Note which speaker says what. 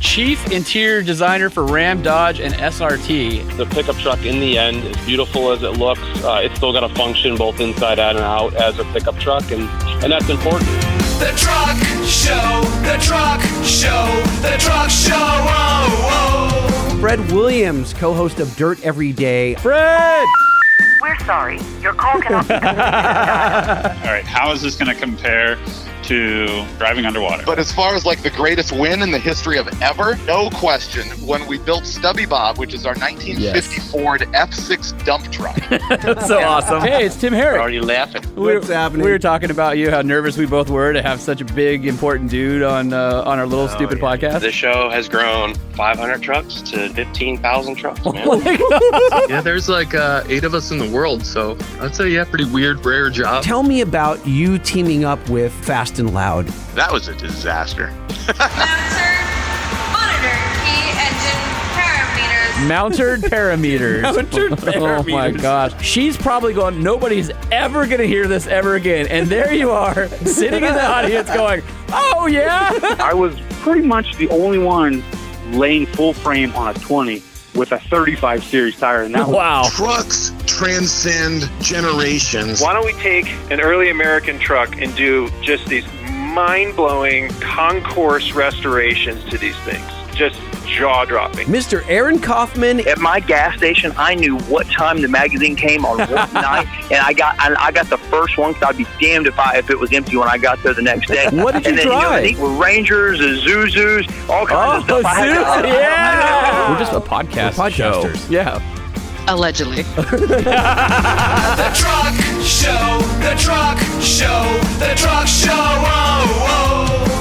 Speaker 1: chief interior designer for Ram, Dodge, and SRT.
Speaker 2: The pickup truck, in the end, as beautiful as it looks, uh, it's still got to function both inside out and out as a pickup truck, and, and that's important.
Speaker 3: The truck show, the truck show, the truck show. Oh, oh.
Speaker 4: Fred Williams, co host of Dirt Every Day.
Speaker 1: Fred!
Speaker 5: We're sorry. Your call cannot be
Speaker 6: All right, how is this going to compare to driving underwater?
Speaker 7: But as far as like the greatest win in the history of ever, no question. When we built Stubby Bob, which is our 1950 Ford F6 dump truck,
Speaker 8: so awesome.
Speaker 1: Hey, it's Tim Herrick.
Speaker 2: Already laughing.
Speaker 1: We were-
Speaker 4: What's happening?
Speaker 1: We were talking about you, how nervous we both were to have such a big, important dude on uh, on our little
Speaker 6: Oh,
Speaker 1: stupid podcast.
Speaker 2: The show has grown 500 trucks to 15,000 trucks, man.
Speaker 9: Yeah, there's like uh, eight of us in the world, so I'd say yeah, pretty weird, rare job.
Speaker 4: Tell me about you teaming up with Fast and Loud.
Speaker 10: That was a disaster.
Speaker 5: Master, monitor key engine
Speaker 1: Mounted parameters.
Speaker 5: parameters.
Speaker 8: Mounted
Speaker 1: Oh my
Speaker 8: parameters.
Speaker 1: gosh. She's probably going, nobody's ever going to hear this ever again. And there you are, sitting in the audience going, oh yeah.
Speaker 6: I was pretty much the only one laying full frame on a 20 with a 35 series tire, and that
Speaker 1: Wow.
Speaker 10: Trucks transcend generations.
Speaker 11: Why don't we take an early American truck and do just these mind blowing concourse restorations to these things? Just jaw dropping.
Speaker 4: Mr. Aaron Kaufman,
Speaker 2: At my gas station, I knew what time the magazine came on what night, and I got and I got the first one. Cause I'd be damned if I if it was empty when I got there the next day.
Speaker 1: What did
Speaker 2: and
Speaker 1: you
Speaker 2: then, You know,
Speaker 1: drive?
Speaker 2: they were Rangers, Zuzus, all
Speaker 1: Oh,
Speaker 2: kinds of stuff. I had to-
Speaker 1: Zuzus, yeah.
Speaker 8: We're just a podcast
Speaker 4: We're
Speaker 8: show.
Speaker 4: podcasters.
Speaker 1: Yeah.
Speaker 5: Allegedly.
Speaker 3: The truck show, the truck show, the truck show. Oh, oh.